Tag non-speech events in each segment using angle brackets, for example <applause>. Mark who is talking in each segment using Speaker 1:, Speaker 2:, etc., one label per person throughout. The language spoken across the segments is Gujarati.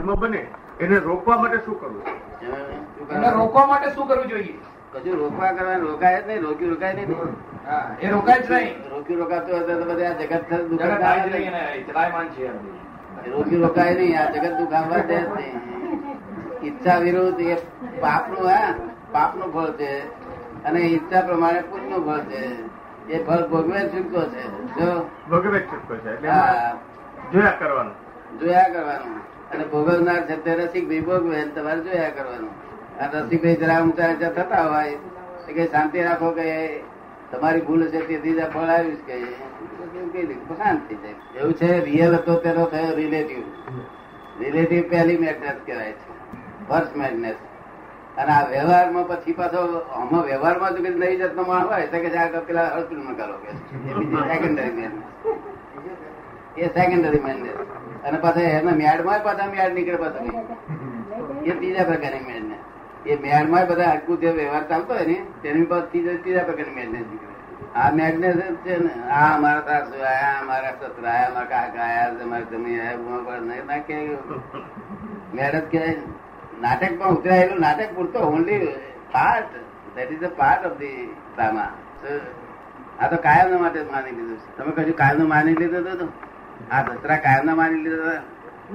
Speaker 1: એમાં બને એને રોકવા માટે શું કરવું
Speaker 2: એને
Speaker 3: કશું
Speaker 2: રોકવા માટે શું કરવું જોઈએ
Speaker 3: રોકવા કરવાનું રોકાય જ નહીં રોક્યું રોકાય નહીં
Speaker 2: હા, એ રોકાય જ નહીં
Speaker 3: રોક્યું રોકાતું હતું તો બધે આ જગત થતું
Speaker 2: જગત
Speaker 3: દુઃખ
Speaker 2: થાય જ
Speaker 3: આવે
Speaker 2: નહીં
Speaker 3: નહીં.
Speaker 2: અને એ ચલાયમાન છે એમ.
Speaker 3: રોક્યું રોકાય નહીં આ જગત દુઃખ આવવા દે જ નહીં ઈચ્છા વિરુદ્ધ એ પાપનું હા પાપનું ફળ છે અને ઈચ્છા પ્રમાણે પુણ્યનું ફળ છે એ ફળ ભોગવે જ છૂટકો છે જો
Speaker 1: ભગવે છૂટકો છે એટલે
Speaker 3: આ
Speaker 1: એમાં જોયા કરવાનું
Speaker 3: જોયા કરવાનું અને ભોગવનાર છે તે રસિકભાઈ ભોગવે અને તમારે જોયા કરવાનું અને રસિકભાઈ જરા ઊંચા ઊંચા થતા હોય તો કઈ શાંતિ રાખો કે તમારી ભૂલ છે તેથી જ આ ફળ આવ્યું છે કે એવું કહી દે શાંતિ છે એવું છે રિયલ હતો તેનો થયો રિલેટિવ રિલેટિવ પહેલી મેટનેસ કહેવાય છે ફર્સ્ટ મેટનેસ અને આ વ્યવહારમાં પછી પાછો આમાં વ્યવહારમાં જો કે લઈ જતો માણસ હોય તો કે છે આ પેલા હળપીમાં કરો કે એ બીજી સેકન્ડરી મેટનેસ એ સેકન્ડરી મેનનેસ અને પાછા એના મેડમાં પાછા મેડ નીકળે પાછા એ ત્રીજા પ્રકારની મેડનેસ એ મેડમાં બધા હટકું જે વ્યવહાર ચાલતો હોય ને તેની પાસે ત્રીજા ત્રીજા પ્રકારની મેડનેસ નીકળે આ મેડનેસ જ છે ને આ મારા સાસુ આયા આ મારા સસરા આયા મારા કાકા આયા છે, મારા જમી આયા બુઆ પર નહીં ના કે મેડ જ કહેવાય ને. નાટક પણ ઉતરાયેલું નાટક પૂરતો only part that is a part of the drama આ તો કાયમ માટે જ માની લીધું છે તમે કશું કાયમ માની લીધું હતું તો? આ સસરા કાયમ ના માની લીધા હતા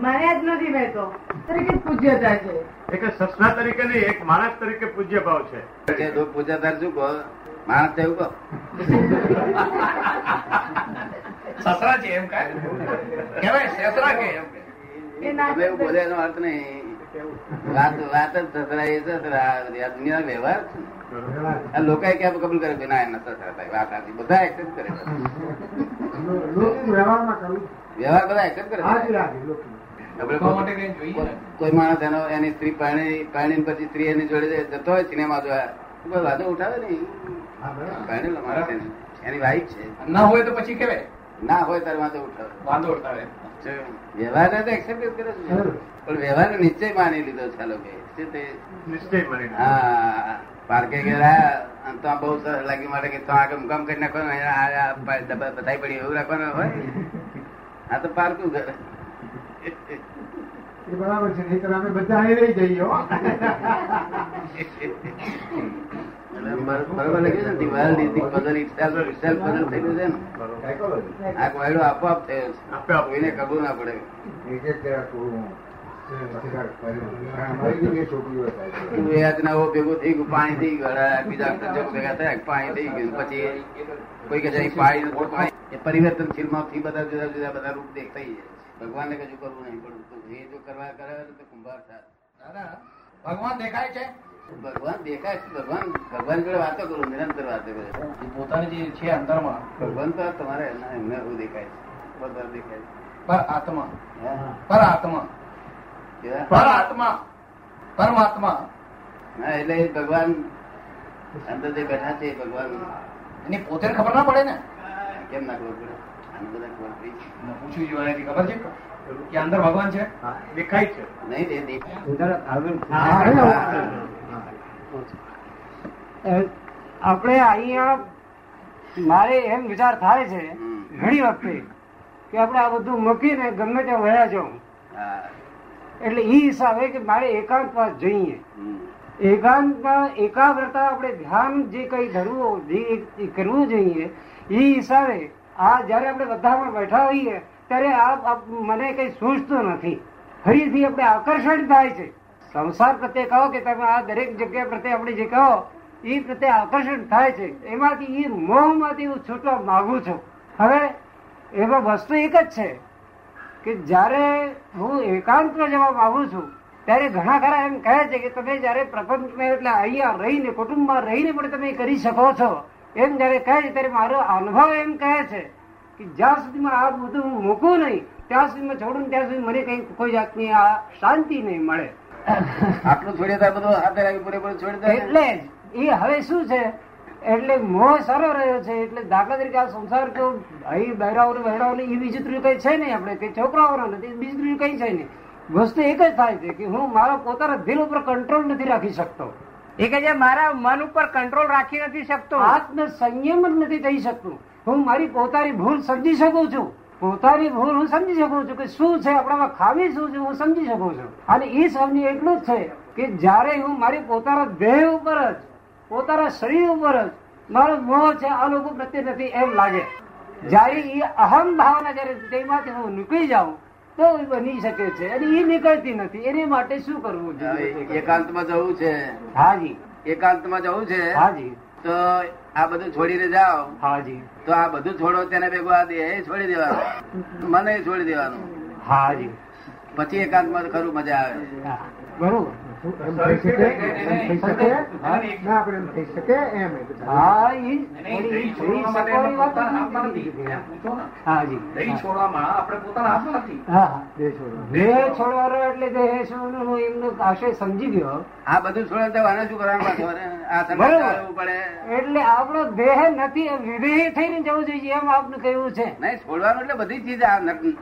Speaker 4: માન્યા જ નથી મેં તો તરીકે પૂજ્યતા છે
Speaker 1: એટલે સસરા તરીકે નહીં એક માણસ તરીકે પૂજ્ય ભાવ છે
Speaker 3: કે જો પૂજાદાર શું કહો માણસ થયું કહો
Speaker 2: સસરા છે એમ કાંઈ કહેવાય સસરા કે એમ કે.
Speaker 4: એ ના
Speaker 3: તમે એવું બોલે એનો અર્થ નહીં વાત વાત જ સસરા એ સસરા આ દુનિયાનો વ્યવહાર છે ને. આ લોકો ક્યાં કબૂલ કરે કે ના એના સસરા થાય વાત સાચી. બધા accept કરે
Speaker 5: લોકિક વ્યવહારમાં કરવું
Speaker 3: વ્યવહાર બધા accept કરે
Speaker 5: હાજી રાખી લોકિક
Speaker 3: આપણે
Speaker 2: રોકવા માટે કંઈ જોઈએ ને.
Speaker 3: કોઈ- કોઈ માણસ એનો એની સ્ત્રી પરણી પરણીને પછી સ્ત્રી એની જોડે જતો હોય સિનેમા જોવા તો કોઈ વાંધો ઉઠાવે નહીં
Speaker 5: હા બરાબર
Speaker 3: પરણેલો માણસ એની એની wife છે
Speaker 2: ના હોય તો પછી કહેવાય
Speaker 3: ના હોય ત્યારે વાંધો ઉઠાવે
Speaker 2: વાંધો ઉઠાવે
Speaker 3: વ્યવહારને તો accept જ કરે છે
Speaker 5: જરૂર.
Speaker 3: પણ વ્યવહારને નિશ્ચય માની લીધો છે આ લોકોએ. શું તે?
Speaker 1: નિશ્ચય મળી
Speaker 3: હા પાર્કે ગયા અને ત્યાં બહુ સરસ લાગ્યું માટે કે ત્યાં આગળ મુકામ કરી નાખવાનું અહીંયા આ- આ પ- ડબ્બા બધાય પડી એવું રાખવાનું હોય આ તો પારકું ઘર
Speaker 5: એ બરાબર છે નહીં અમે બધા અહીં રહી જઈએ હો.
Speaker 3: એટલે બર- બરોબર લખ્યું છે ને, The world is the puzzle itself, itself puzzle થઈ ગયું છે ને.
Speaker 1: બરોબર.
Speaker 6: સાયકોલોજી
Speaker 3: આ કોયડો આપોઆપ થયો
Speaker 1: આપે
Speaker 3: છે
Speaker 1: આપ.
Speaker 3: કોઈને કબૂલ ના પડે
Speaker 6: વિજય તેરા કુરુ પ્રતિકાર કર્યો. કારણ અમારી બી બે છોકરીઓ થાય છે.
Speaker 3: તું એ આજના ભેગું થઈ ગયું પાણી થઈ ગયું હળા, બીજા સંજોગ ભેગા થયા પાણી થઈ ગયું પછી કોઈ કે જાય પાડી નથી પાડી. એ પરિવર્તનશીલ માંથી બધા જુદા જુદા બધા રૂપ દેખાઈ જાય છે ભગવાનને કશું કરવું નહીં પડતું તો એ જો કરવા કરે તો કુંભાર થાય
Speaker 2: દાદા ભગવાન દેખાય છે
Speaker 3: ભગવાન દેખાય છે ભગવાન ભગવાન જોડે વાતો કરું નિરંતર વાતો કરે
Speaker 2: એ પોતાની જે છે અંતરમાં
Speaker 3: ભગવાન તો તમારે એના- એમને એવું દેખાય છે બધા દેખાય
Speaker 2: પર આત્મા
Speaker 3: છે હા.
Speaker 2: પર આત્મા
Speaker 3: કેવા?
Speaker 2: પર આત્મા પરમાત્મા
Speaker 3: હા એટલે એ ભગવાન અંદર જે બેઠા છે એ ભગવાન
Speaker 2: એની પોતે ખબર ના પડે ને
Speaker 3: કેમ ના ખબર પડે આને બધા ખબર પડી છે.
Speaker 2: મેં પૂછ્યું જોવાને કે ખબર છે કે અંદર ભગવાન છે
Speaker 1: હા, દેખાય છે
Speaker 3: નહીં દે- દે-
Speaker 5: હા, હવે આવું.
Speaker 7: આપણે અહીંયા મારે એમ વિચાર થાય છે
Speaker 3: હમ.
Speaker 7: ઘણી વખતે કે આપણે આ બધું મૂકીને ગમે ત્યાં વયા જાઉં
Speaker 3: હા
Speaker 7: એટલે એ હિસાબે કે મારે એકાંતમાં જોઈએ
Speaker 3: હમ.
Speaker 7: એકાંતમાં એકાગ્રતા આપણે ધ્યાન જે કંઈ ધરવું જે એ કરવું જોઈએ એ હિસાબે આ જ્યારે આપણે બધામાં બેઠા હોઈએ ત્યારે આ આ મને કંઈ સૂઝતું નથી ફરીથી આપણે આકર્ષણ થાય છે સંસાર પ્રત્યે કહો કે તમે આ દરેક જગ્યા પ્રત્યે આપણે જે કહો એ પ્રત્યે આકર્ષણ થાય છે એમાંથી એ મોહમાંથી હું છૂટવા માગું છું હવે એમાં વસ્તુ એક જ છે કે જ્યારે હું એકાંતમાં જવા માંગુ છું ત્યારે ઘણા ખરા એમ કહે છે કે તમે જ્યારે પ્રપંચમાં એટલે અહીંયા રહીને કુટુંબમાં રહીને પણ તમે કરી શકો છો એમ જ્યારે કહે છે ત્યારે મારો અનુભવ એમ કહે છે કે જ્યાં સુધીમાં આ બધું હું મૂકું નહીં ત્યાં સુધીમાં છોડું ને ત્યાં સુધી મને કંઈ કોઈ જાતની આ શાંતિ નહીં મળે
Speaker 3: આટલું છોડી તાર બધું હાથે રાખી પૂરેપૂરું છોડી દે
Speaker 7: એટલે જ એ હવે શું છે એટલે મોહ સારો રહ્યો છે એટલે દાખલા તરીકે આ સંસાર તો અહીં બહેરાઓને બહેરાઓને એ વિચિત્ર કઈ છે નહીં આપણે કે છોકરાઓનો નથી બીજું કઈ છે નહીં વસ્તુ એક જ થાય છે કે હું મારા પોતાના દિલ ઉપર કંટ્રોલ નથી રાખી શકતો
Speaker 4: એ કે જે મારા મન ઉપર કંટ્રોલ રાખી નથી શકતો
Speaker 7: આત્મ સંયમ જ નથી થઈ શકતું હું મારી પોતાની ભૂલ સમજી શકું છું પોતાની ભૂલ હું સમજી શકું છું કે શું છે આપણામાં ખામી શું છે હું સમજી શકું છું અને એ સમજી એટલું જ છે કે જ્યારે હું મારી પોતાના દેહ ઉપર જ પોતાના શરીર ઉપર જ મારો મોહ છે આ લોકો પ્રત્યે નથી એમ લાગે જ્યારે એ અહમ ભાવના જ્યારે તેમાંથી હું નીકળી જાઉં તો એ બની શકે છે અને એ નીકળતી નથી એને માટે શું
Speaker 3: હવે
Speaker 7: કરવું જોઈએ
Speaker 3: એકાંતમાં જવું છે
Speaker 7: હાજી
Speaker 3: એકાંતમાં જવું છે
Speaker 7: હાજી
Speaker 3: તો આ બધું છોડીને જાઓ
Speaker 7: હાજી
Speaker 3: તો આ બધું છોડો તેને ભેગું આ દેહ છોડી દેવાનું મને છોડી દેવાનું
Speaker 7: હાજી
Speaker 3: પછી એકાંતમાં ખરું મજા આવે
Speaker 7: હા. બરોબર
Speaker 5: એમ થઈ શકે એમ થઈ શકે ના આપણે એમ થઈ શકે એમ એ બધા.
Speaker 7: હા ઈ
Speaker 2: નહીં,
Speaker 7: ઈ
Speaker 2: દહીં
Speaker 7: થઈ
Speaker 2: છોડવા
Speaker 7: શકે
Speaker 2: માટે આપણે
Speaker 7: એવી વાત
Speaker 2: પોતાના હાથમાં
Speaker 7: નથી.
Speaker 2: નથી એમ પૂછો ને
Speaker 7: હાજી
Speaker 2: દહીં
Speaker 7: હા.
Speaker 2: છોડવામાં આપણે પોતાના હાથમાં નથી
Speaker 7: હા હા.
Speaker 5: બે છોડો
Speaker 7: દેહ છોડવાનો એટલે દેહ છોડવાનો હું એમનો આશય સમજી ગયો
Speaker 3: આ બધું છોડે તો આને શું કરવાનું પાછું? આ સંન્યાસ
Speaker 7: બરાબર.
Speaker 3: લેવું પડે
Speaker 7: એટલે આપણો દેહ નથી એમ વિદેહી થઈને જવું જોઈએ એમ આપનું કહેવું છે
Speaker 3: નહીં છોડવાનું એટલે બધી ચીજ આ ન-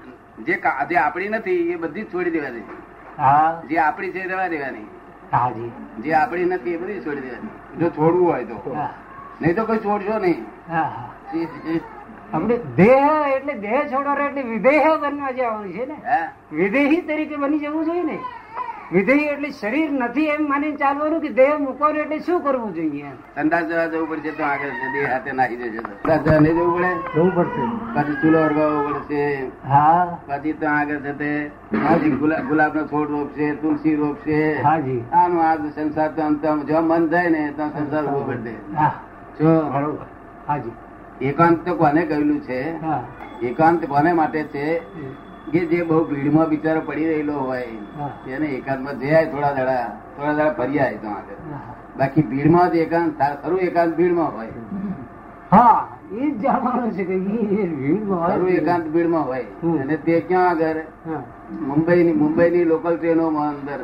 Speaker 3: જે કા- જે આપણી નથી એ બધી જ છોડી દેવાની
Speaker 7: હા
Speaker 3: જે આપણી છે એ રહેવા દેવાની
Speaker 7: હાજી
Speaker 3: જે આપણી નથી એ બધી છોડી દેવાની જો છોડવું હોય તો
Speaker 7: હા
Speaker 3: નહીં તો કોઈ છોડશો નહીં
Speaker 7: હા હા. આપણે દેહ એટલે દેહ છોડવાનો એટલે વિદેહ બનવા જવાનું છે ને
Speaker 3: હા
Speaker 7: વિદેહી તરીકે બની જવું જોઈએ ને વિદેહી એટલે શરીર નથી એમ માની ચાલવાનું કે દેહ મૂકવાનું એટલે શું કરવું જોઈએ એમ
Speaker 3: સંદાસ જવા જવું પડશે તો આગળ બે હાથે નાખી દેજો સંદાસ જવા નહીં જવું પડે
Speaker 5: જવું પડશે
Speaker 3: પછી ચૂલો અડગાવવો પડશે
Speaker 7: હા
Speaker 3: પછી ત્યાં આગળ જતે હજી ગુલા- ગુલાબનો છોડ રોપશે તુલસી રોપશે
Speaker 7: હાજી
Speaker 3: આનો આ સંસાર તો આમ તો આમ જો મન થાય ને તો સંસાર ઉભો કરી દે
Speaker 7: હા
Speaker 3: જો
Speaker 7: બરોબર હાજી
Speaker 3: એકાંત તો કોને કહેલું છે
Speaker 7: હા
Speaker 3: એકાંત કોને માટે છે
Speaker 7: હમ.
Speaker 3: કે જે બહુ ભીડમાં બિચારો પડી રહેલો હોય
Speaker 7: હા.
Speaker 3: એને એકાંતમાં જાય થોડા દાડા થોડા દાડા ફરી આવે તો આગળ
Speaker 7: હા.
Speaker 3: બાકી ભીડમાં જ એકાંત થાય. ખરું એકાંત ભીડમાં હોય
Speaker 7: હા એ જ જાણવાનું છે કે એ ભીડમાં હોય.
Speaker 3: ખરું એકાંત ભીડમાં હોય
Speaker 7: હમ.
Speaker 3: અને તે ક્યાં આગળ
Speaker 7: હા.
Speaker 3: મુંબઈની મુંબઈની લોકલ ટ્રેનોમાં અંદર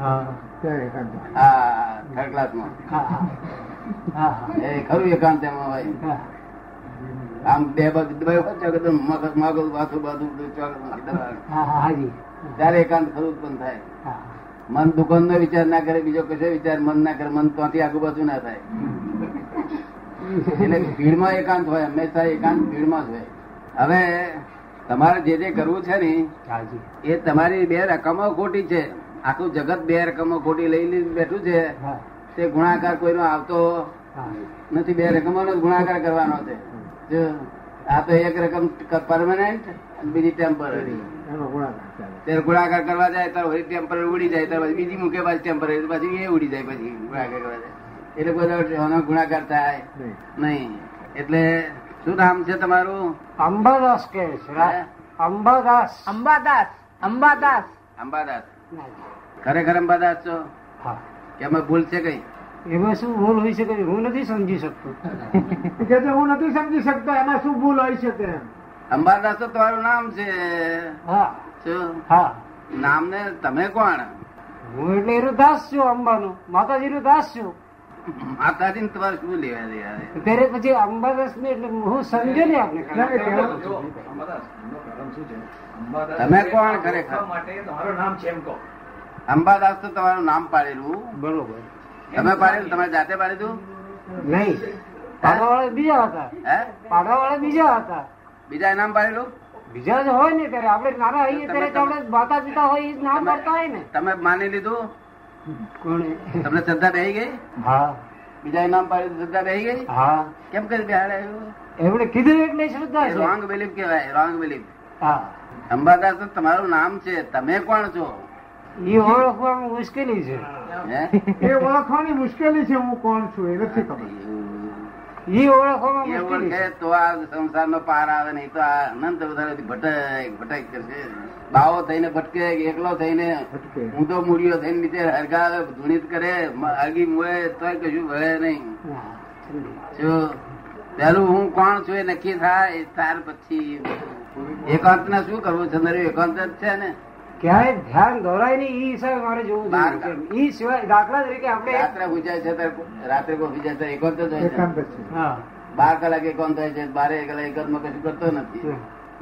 Speaker 7: હા
Speaker 5: ત્યાં એકાંત
Speaker 3: આ થર્ડ ક્લાસમાં
Speaker 7: હા હા હા
Speaker 3: એ ખરું એકાંત એમાં હોય
Speaker 7: હા
Speaker 3: આમ બે બાજુ બે બાજુ એકદમ મગજ- મગજ બાજુ બાજુ બધું ચોકડ નાખી દેવાનું.
Speaker 7: હા હાજી
Speaker 3: ત્યારે એકાંત ખરું ઉત્પન્ન થાય
Speaker 7: હા
Speaker 3: મન દુકાન નો વિચાર ના કરે બીજો કશો વિચાર મન ના કરે મન ત્યાંથી આગુ બાજુ ના થાય એટલે ભીડમાં એકાંત હોય હંમેશા એકાંત ભીડમાં જ હોય હવે તમારે જે જે કરવું છે ને
Speaker 7: હાજી
Speaker 3: એ તમારી બે રકમો ખોટી છે આખું જગત બે રકમો ખોટી લઈ લીધું બેઠું છે
Speaker 7: હા
Speaker 3: તે ગુણાકાર કોઈનો આવતો
Speaker 7: હા
Speaker 3: નથી બે રકમોનો જ ગુણાકાર કરવાનો છે જો આ તો એક રકમ પરમાનન્ટ બીજી ટેમ્પરરી
Speaker 5: એનો ગુણાકાર ચાલે
Speaker 3: ત્યારે ગુણાકાર કરવા જાય ત્યારે વળી ટેમ્પરરી ઉડી જાય ત્યારે પછી બીજી મૂકે પાછી ટેમ્પરરી પછી એ ઉડી જાય પછી ગુણાકાર કરવા જાય એટલે બધો આનો ગુણાકાર થાય
Speaker 5: નહીં
Speaker 3: નહીં એટલે શું નામ છે તમારું
Speaker 7: અંબાદાસ કહે છે રા- અંબાદાસ
Speaker 4: અંબાદાસ અંબાદાસ
Speaker 3: અંબાદાસ
Speaker 7: હાજી.
Speaker 3: ખરેખર અંબાદાસ છો
Speaker 7: હા
Speaker 3: કે અમે ભૂલ છે કઈ
Speaker 7: એમાં શું ભૂલ હોઈ શકે છે? હું નથી સમજી શકતો
Speaker 5: એ કહે છે, હું નથી સમજી શકતો એમાં શું ભૂલ હોય છે તેમ
Speaker 3: અંબાદાસ તો તમારું નામ છે
Speaker 7: હા
Speaker 3: શું
Speaker 7: હા
Speaker 3: નામ ને તમે કોણ
Speaker 7: હું એટલે એનો દાસ છું અંબાનો માતાજીનો દાસ છું
Speaker 3: માતાજી ને તમારે શું લેવા દેવા છે?
Speaker 7: ત્યારે પછી અંબાદાસ ને એટલે હું સમજ્યો ને આપણે
Speaker 5: ના, એ
Speaker 2: જો,
Speaker 5: કહેવાનું
Speaker 2: જો, અંબાદાસ, એમનો પ્રારંભ શું છે? અંબાદાસ
Speaker 3: તમે
Speaker 2: એ
Speaker 3: કોણ
Speaker 2: આ
Speaker 3: ખરેખર?
Speaker 2: ઓળખવા માટે તમારું નામ છે એમ કહો.
Speaker 3: અંબાદાસ તો તમારું નામ પાડેલું
Speaker 7: બરોબર
Speaker 3: તમે પાડેલું તમે જાતે પાડેલું
Speaker 7: નહીં પાડાવાળા બીજા હતા
Speaker 3: હે
Speaker 7: પાડાવાળા બીજા હતા
Speaker 3: બીજા નામ પાડેલું
Speaker 7: બીજા જ હોય ને ત્યારે આપણે નાના હોઈએ ત્યારે તો આપણે માતા પિતા હોય એ જ નામ
Speaker 3: તમે-
Speaker 7: પડતા હોય ને
Speaker 3: તમે માની લીધું
Speaker 7: કોણે
Speaker 3: તમને શ્રદ્ધા બેહી ગઈ
Speaker 7: હા
Speaker 3: બીજા નામ પાડેલું શ્રદ્ધા બેહી ગઈ
Speaker 7: હા
Speaker 3: કેમ કરી બિહાર આવ્યું
Speaker 7: એમણે કીધું એટલે શ્રદ્ધા છે
Speaker 3: રોંગ બિલીફ કહેવાય રોંગ બિલીફ
Speaker 7: હા
Speaker 3: અંબાદાસ તો તમારું નામ છે તમે કોણ છો
Speaker 7: એ ઓળખવામાં મુશ્કેલી છે
Speaker 3: હે
Speaker 5: એ ઓળખવાની મુશ્કેલી છે હું કોણ છું એ નથી ખબર
Speaker 7: એ ઓળખવામાં
Speaker 3: એ
Speaker 7: મુશ્કેલી
Speaker 3: ઓળખે
Speaker 7: છે
Speaker 3: તો આ સંસારનો પાર આવે નહીં તો આ અનંત વધારે ભટક ભટક કરશે બાવો થઈને ભટકે એકલો થઈને
Speaker 5: ભટકે.
Speaker 3: ઊંધો મૂળિયો થઈને નીચે હરગાવે ધૂણિત કરે મ- અળગી મુએ તોય કશું ભળે નહીં
Speaker 7: હા, સમજી.
Speaker 3: જો પેલું હું કોણ છું એ નક્કી થાય ત્યાર પછી એકાંત ને શું કરવું છે નરી એકાંત જ છે ને
Speaker 7: ક્યાંય ધ્યાન દોરાય નહીં એ હિસાબે મારે જોવું
Speaker 3: બહાર
Speaker 7: જોઈએ એ સિવાય દાખલા તરીકે આપણે
Speaker 3: રાત્રે ગુજાય છે ત્યારે રાત્રે કોઈ ગુજાય છે એકાંત જ હોય
Speaker 5: એકાંત જ
Speaker 3: છે
Speaker 5: છે
Speaker 7: હા
Speaker 3: બાર કલાક એકાંત હોય છે બારે કલાક એકાંતમાં કશું કરતો નથી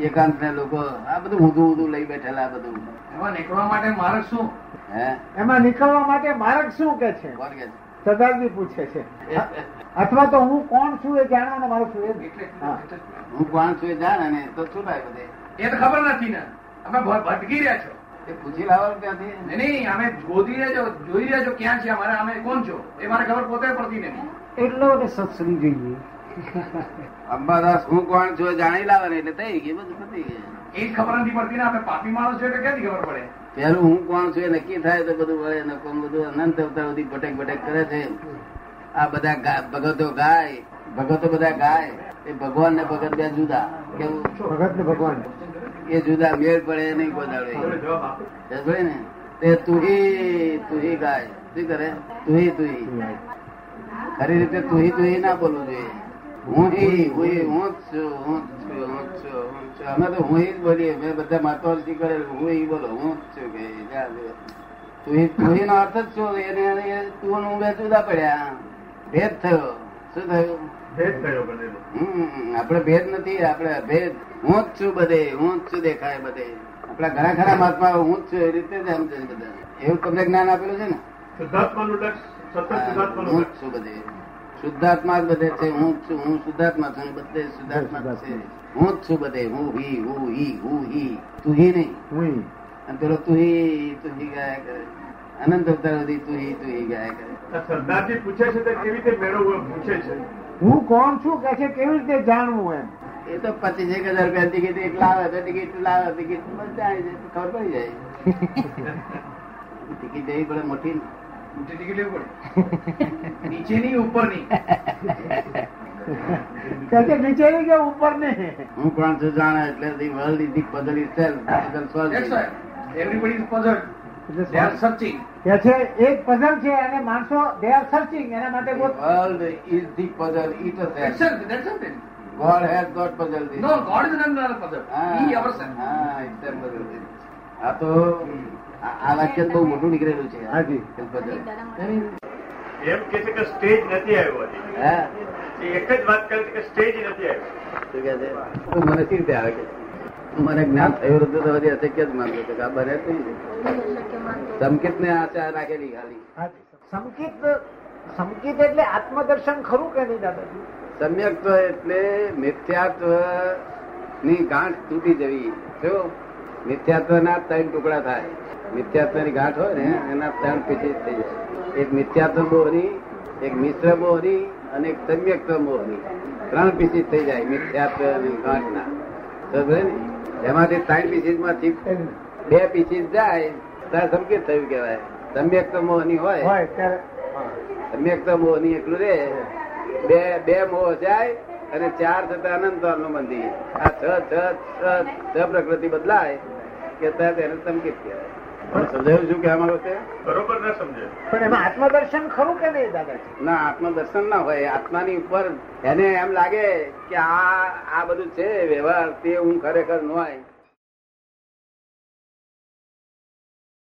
Speaker 3: એકાંત ને લોકો આ બધું ઊંધું ઊંધું લઈ બેઠેલા આ બધું
Speaker 2: એમાં નીકળવા માટે માર્ગ શું?
Speaker 3: હે
Speaker 5: એમાં નીકળવા માટે માર્ગ શું કે છે
Speaker 3: કોણ કે છે?
Speaker 5: સદાજી પૂછે છે અથવા તો હું કોણ છું એ જાણવાનો મારો છું એ જ.
Speaker 2: એટલે-
Speaker 5: હા.
Speaker 2: એટલે-
Speaker 3: હું કોણ છું એ જાણ અને તો છૂટાય બધે
Speaker 2: એ તો ખબર નથી ને અમે ભ- ભટકી રહ્યા છો
Speaker 3: એ પૂછી લાવો ને ત્યાંથી
Speaker 2: નહીં, નહીં અમે ગોતી રહ્યા છો જોઈ રહ્યા છો ક્યાં છે અમારે અમે કોણ છો એ મારે ખબર પોતે પડતી નથી
Speaker 7: એટલો બધો સત્સંગ જોઈએ
Speaker 3: અંબાદાસ હું કોણ છું એ જાણી લાવે ને એટલે થઈ ગયું બધું પતી ગયું
Speaker 2: એ જ ખબર નથી પડતી ને આપણે પાપી માણસ છે એટલે ક્યાંથી ખબર પડે
Speaker 3: પેલું હું કોણ છું એ નક્કી થાય તો બધું વળે નકમ બધું અનંત અવતાર સુધી ભટક ભટક કરે છે આ બધા ગા- ભગતો ગાય ભગતો બધા ગાય એ ભગવાન ને ભગત બે જુદા કેવું
Speaker 5: ભગત ને ભગવાન
Speaker 3: એ જુદા મેળ પડે નહીં ગોદાળે સમજાય ને તે તુહી તુહી ગાય શું કરે તુહી તુહી ખરી રીતે તુહી તુહી ના બોલવું જોઈએ હું ઈ, હું ઈ, હું જ છું હું જ છું હું જ છું હું જ છું અમે તો હું ઈ જ બોલીએ મેં બધા માતા કરે હું ઈ બોલો હું જ છું કે જા બે. તુહી તુહી નો અર્થ જ શું એને એ તું ને હું બે જુદા પડ્યા ભેદ થયો શું થયું
Speaker 1: ભેદ થયો બધેલો
Speaker 3: હમ, આપણે ભેદ નથી આપણે ભેદ હું જ છું બધે હું જ છું દેખાય બધે આપણા ઘણા ખરા મહાત્મા હું જ છું એ રીતે જ સમજે છે બધા એવું તમને જ્ઞાન આપેલું છે ને
Speaker 1: શુદ્ધાત્માનું લક્ષ સતત
Speaker 3: હું
Speaker 1: શુદ્ધાત્માનું
Speaker 3: જ
Speaker 1: લક્ષ
Speaker 3: છું બધે શુદ્ધાત્મા જ બધે છે હું જ છું હું શુદ્ધાત્મા છું બધે શુદ્ધાત્મા જ છે હું જ છું બધે હું હી હું હી હું હી તું હી નહીં
Speaker 5: હું
Speaker 3: અને પેલો તું હી તું હી ગાયા કરે અનંત અવતાર સુધી તું હી તું હી ગાયા કરે
Speaker 1: આ સરદારજી પૂછે છે તે કેવી રીતે મેળવવું એમ પૂછે છે
Speaker 5: હું કોણ છું કે છે કેવી રીતે જાણવું એમ
Speaker 3: એ તો પચીસ એક હજાર રૂપિયા ટિકિટ એક લાવે તો ટિકિટ લાવે ટિકિટ બધા આવી જાય તો ખબર પડી જાય ટિકિટ લેવી પડે મોટી ને.
Speaker 2: ઊંચી ટિકિટ લેવી
Speaker 3: <laughs>
Speaker 2: પડે નીચેની ઉપરની
Speaker 5: કે છે નીચે કે ઉપર ને
Speaker 3: હું કોણ છું જાણે એટલે the world is the puzzle is self puzzle
Speaker 2: That's why everybody is puzzled. They are searching.
Speaker 5: કે છે એક પઝલ છે અને માણસો દે આર સર્ચિંગ એના માટે ગોત-
Speaker 3: world is the puzzle it
Speaker 2: That's it. That's something.
Speaker 3: God has got puzzle this
Speaker 2: No, God is not another puzzle.
Speaker 3: Ah.
Speaker 2: He ourselves.
Speaker 3: હા એકદમ Ah, puzzle this. આ તો આ આ વાક્ય બહુ મોટું નીકળેલું છે
Speaker 5: હાજી.
Speaker 3: puzzle.
Speaker 1: એમ કે છે કે સ્ટેજ નથી આવ્યો હજી.
Speaker 3: હા
Speaker 1: એ એક જ વાત કરે છે કે સ્ટેજ નથી આવ્યો
Speaker 3: શું કહે છે? તો મને કેવી રીતે આવે કે મને જ્ઞાન થયું હતું તો હજી અશક્ય જ માનતો હતો કે આ બને જ નહીં. સંકેત ને આશા રાખેલી ખાલી
Speaker 5: સંકેત સંકેત એટલે આત્મદર્શન ખરું કે નહીં દાદાજી
Speaker 3: સમ્યક્ત્વ એટલે મિથ્યાત્વ ની ગાંઠ તૂટી જવી જો મિથ્યાત્વ ના ત્રણ ટુકડા થાય મિથ્યાત્વ ની ગાંઠ હોય ને એના ત્રણ પીસી થઈ જાય એક મિથ્યાત્વ મોહની એક મિશ્ર મોહની અને એક સમ્યક્ત્વ મોહની ત્રણ પીસી થઈ જાય મિથ્યાત્વ અને ગાંઠના સમજે ને એમાંથી ત્રણ પીસીસ માંથી બે પીસીસ જાય ત્યારે સંકેત થયું કહેવાય સમ્યક્ત્વ મોહની હોય
Speaker 5: હોય ત્યારે
Speaker 3: તમે એક તો મોહની એકલું રે બે બે મોહ જાય અને ચાર થતા અનંત નું મંદિર આ છ છ છ છ પ્રકૃતિ બદલાય કે તરત એને સંકેત કહેવાય પણ સમજાયું છું કે અમારો છે
Speaker 1: બરોબર ના સમજે
Speaker 5: પણ એમાં આત્મદર્શન ખરું કે નહીં દાદાજી
Speaker 3: ના આત્મદર્શન ના હોય આત્માની ઉપર એને એમ લાગે કે આ આ બધું છે વ્યવહાર તે હું ખરેખર ન હોય